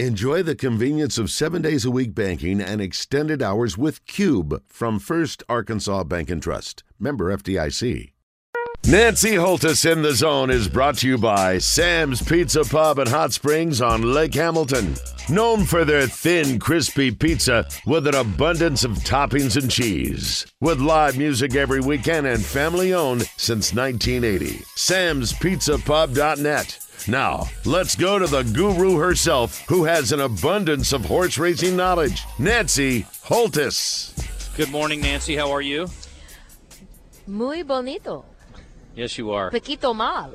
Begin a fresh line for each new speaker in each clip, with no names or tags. Enjoy the convenience of seven days a week banking and extended hours with Cube from First Arkansas Bank and Trust. Member FDIC. Nancy Holtis in the Zone is brought to you by Sam's Pizza Pub and Hot Springs on Lake Hamilton. Known for their thin, crispy pizza with an abundance of toppings and cheese. With live music every weekend and family owned since 1980. Sam'sPizzaPub.net. Now, let's go to the guru herself who has an abundance of horse racing knowledge, Nancy Holtis.
Good morning, Nancy. How are you?
Muy bonito.
Yes, you are.
Poquito mal.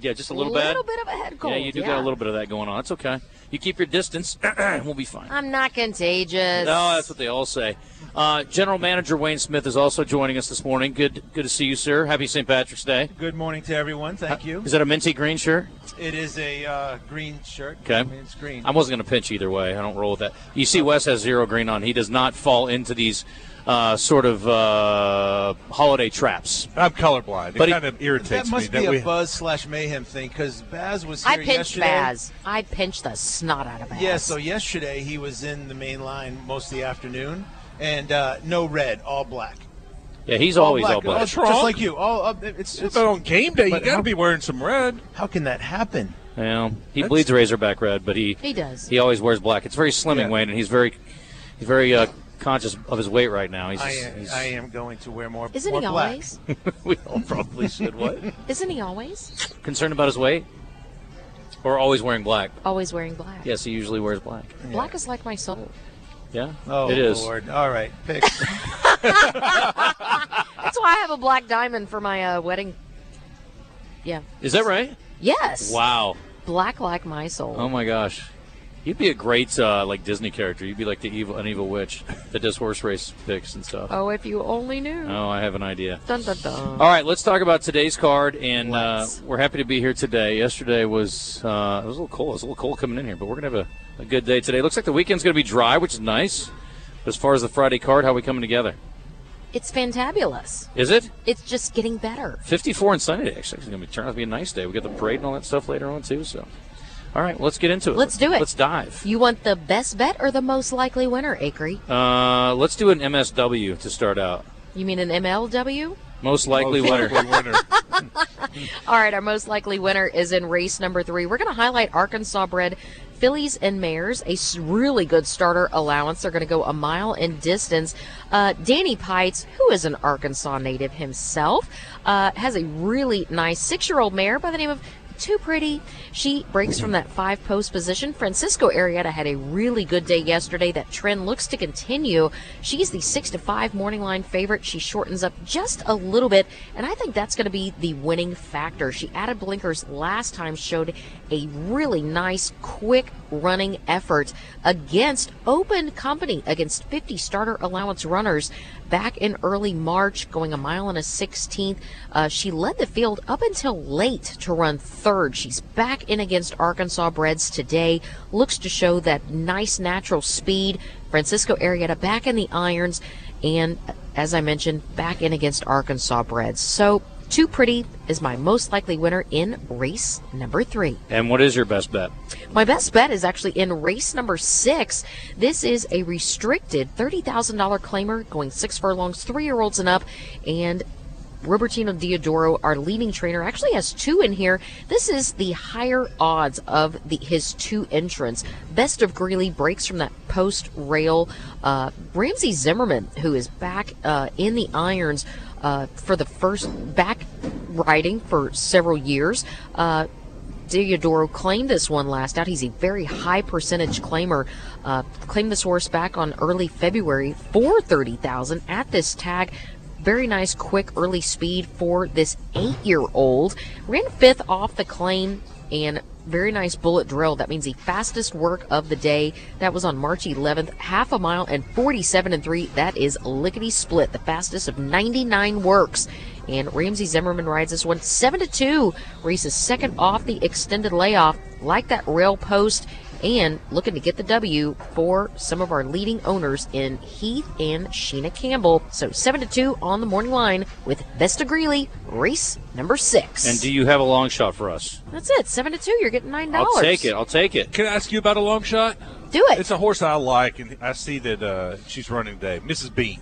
Yeah, just a little bit.
little bit of a head cold.
Yeah, you do got a little bit of that going on. It's okay. You keep your distance. we'll be fine.
I'm not contagious.
No, that's what they all say. Uh, General Manager Wayne Smith is also joining us this morning. Good, good to see you, sir. Happy St. Patrick's Day.
Good morning to everyone. Thank you.
Is that a minty green shirt?
It is a uh, green shirt.
Okay.
I mean, it's green.
I wasn't going to pinch either way. I don't roll with that. You see, Wes has zero green on. He does not fall into these uh, sort of uh, holiday traps.
I'm colorblind.
But
it
he-
kind of irritates
that must
me
be
that we
a Buzz slash Mayhem thing because Baz was here
I pinched
yesterday.
Baz. I pinched the snot out of Baz.
Yeah, so yesterday he was in the main line most of the afternoon, and uh, no red, all black.
Yeah, he's
Oh,
always all black.
Just,
That's wrong.
like you. All uh, it's, it's
But on game day. You
But
got
how-
to be wearing some red.
how can that happen?
Yeah, he
That's-
bleeds Razorback red, but he
He does.
He always wears black. It's very slimming,
Yeah.
Wayne, and he's very he's very uh, conscious of his weight right now. He's,
I am,
he's-
I am going to wear more.
Isn't
more
he
black.
always?
we all probably should. What
Isn't he always?
concerned about his weight or always wearing black?
Always wearing black.
Yes, he usually wears black.
Black is like my soul.
Yeah,
Oh,
it is.
Lord. All right, picks.
That's why I have a black diamond for my uh, wedding. Yeah.
Is that right?
Yes.
Wow.
Black like my soul.
Oh my gosh. You'd be a great uh, like Disney character. You'd be like the evil, an evil witch that does horse race picks and stuff.
Oh, if you only knew.
Oh, I have an idea.
Dun dun dun.
All right, let's talk about today's card, and uh,
Let's.
we're happy to be here today. Yesterday was uh, it was a little cold. It was a little cold coming in here, but we're gonna have a, a good day today. Looks like the weekend's gonna be dry, which is nice. But as far as the Friday card, how are we coming together?
It's fantabulous.
Is it
It's just getting better. 54.
54 and sunny day? Actually, it's gonna be turn out to be a nice day. We got the parade and all that stuff later on too. So, all right, let's get into it.
Let's do it.
Let's dive.
You want the best bet or the most likely winner, Acree?
Uh, let's do an MSW to start out.
You mean an MLW?
Most likely
Most
winner.
likely winner.
All right, our most likely winner is in race number three. We're going to highlight Arkansas bred fillies and mares, a s- really good starter allowance. They're going to go a mile in distance. Uh, Danny Pites, who is an Arkansas native himself, uh, has a really nice six year old mare by the name of too pretty. She breaks from that five post position. Francisco Arietta had a really good day yesterday. That trend looks to continue. She's the six to five morning line favorite. She shortens up just a little bit, and I think that's going to be the winning factor. She added blinkers last time, showed a really nice, quick running effort against open company, against 50 starter allowance runners back in early March, going a mile and a 16th. Uh, she led the field up until late to run third. She's back in against Arkansas Breds today. Looks to show that nice natural speed. Francisco Arietta back in the irons, and uh, as I mentioned, back in against Arkansas Breds. So, Too Pretty is my most likely winner in race number three.
and what is your best bet?
My best bet is actually in race number six. This is a restricted $30,000 claimer going six furlongs, three year olds and up. And Robertino Diodoro, our leading trainer, actually has two in here. This is the higher odds of the, his two entrants. Best of Greeley breaks from that post rail. Uh, Ramsey Zimmerman, who is back uh, in the irons uh, for the first back riding for several years. Uh, Diodoro claimed this one last out. He's a very high percentage claimer. Uh, claimed this horse back on early February for thirty thousand at this tag. Very nice, quick, early speed for this eight-year-old. Ran fifth off the claim and very nice bullet drill. That means the fastest work of the day. That was on March 11th, half a mile and 47 and three. That is lickety split, the fastest of 99 works. And Ramsey Zimmerman rides this one seven to two. Reese is second off the extended layoff, like that rail post, and looking to get the W for some of our leading owners in Heath and Sheena Campbell. So 7 to 2 on the morning line with Vesta Greeley, race number 6.
And do you have a long shot for us?
That's it. 7 to 2. You're getting $9.
I'll take it. I'll take it.
Can I ask you about a long shot?
Do it.
It's a horse I like, and I see that uh, she's running today. Mrs. Beans.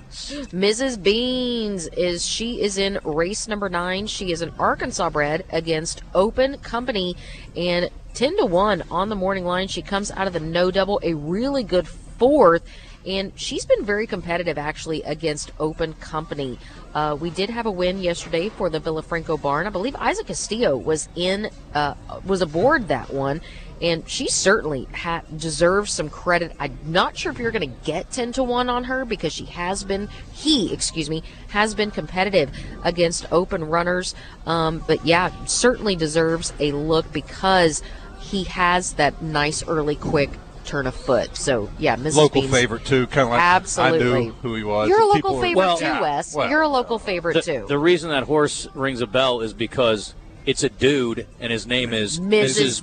Mrs. Beans is she is in race number nine. She is an Arkansas bred against Open Company, and ten to one on the morning line. She comes out of the no double, a really good fourth, and she's been very competitive actually against Open Company. Uh, we did have a win yesterday for the Villafranco barn. I believe Isaac Castillo was in uh, was aboard that one and she certainly ha- deserves some credit. I'm not sure if you're going to get 10 to 1 on her because she has been, he, excuse me, has been competitive against open runners. Um, but yeah, certainly deserves a look because he has that nice early quick turn of foot. So yeah, Mrs.
Local
Beans-
favorite, too. Kind of like I
Absolutely.
knew who he was.
You're a
People
local
are-
favorite
Well,
too,
yeah,
Wes.
well.
You're a local favorite
The,
too.
the reason that horse rings a bell is because it's a dude and his name is
Mrs.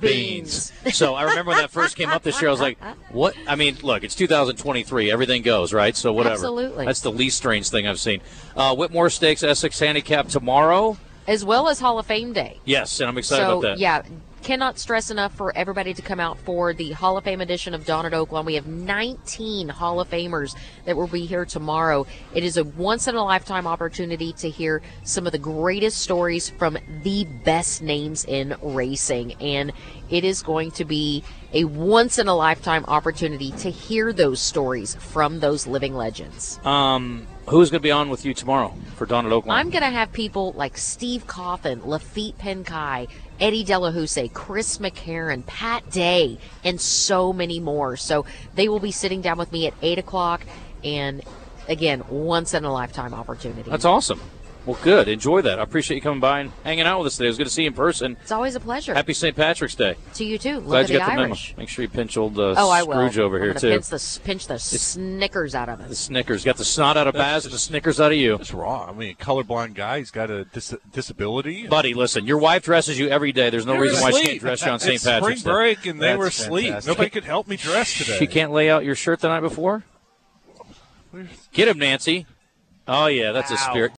Mrs. Beans. so I remember when that first came up this year, I was like, what? I mean, look, it's 2023. Everything goes, right? So whatever.
Absolutely.
That's the least strange thing I've seen. Uh, Whitmore Stakes Essex Handicap tomorrow.
as well as Hall of Fame Day.
Yes, and I'm excited
so
about that.
yeah cannot stress enough for everybody to come out for the hall of fame edition of dawn at oakland we have 19 hall of famers that will be here tomorrow it is a once-in-a-lifetime opportunity to hear some of the greatest stories from the best names in racing and it is going to be a once-in-a-lifetime opportunity to hear those stories from those living legends
Um, who's going to be on with you tomorrow for Dawn at Oakland?
I'm going to have people like Steve Coffin, Lafitte Penkai, Eddie Delahousse, Chris McCarran, Pat Day, and so many more. So they will be sitting down with me at 8 o'clock. And again, once in a lifetime opportunity.
That's awesome. Well, good. Enjoy that. I appreciate you coming by and hanging out with us today. It was good to see you in person.
it's always a pleasure.
Happy St. Patrick's Day.
to you too. Look
Glad
at
you
the
got the memo.
Irish.
Make sure you pinch old uh,
Oh, I will.
Scrooge over
I'm
here,
gonna
too.
Pinch the, pinch the Snickers out of
The
us.
Snickers. Got the snot out of Baz and the Snickers out of you.
That's wrong. I mean, colorblind guy. He's got a dis- disability.
Buddy, listen, your wife dresses you every day. There's no
They were
reason why she
asleep.
can't dress you on
It's
St. Patrick's
Spring break, and they
That's
were asleep.
fantastic.
Nobody could help me dress
Day.
today.
She can't lay out your shirt the night before? Get him, Nancy. Oh, yeah, that's a
Wow.
spirit.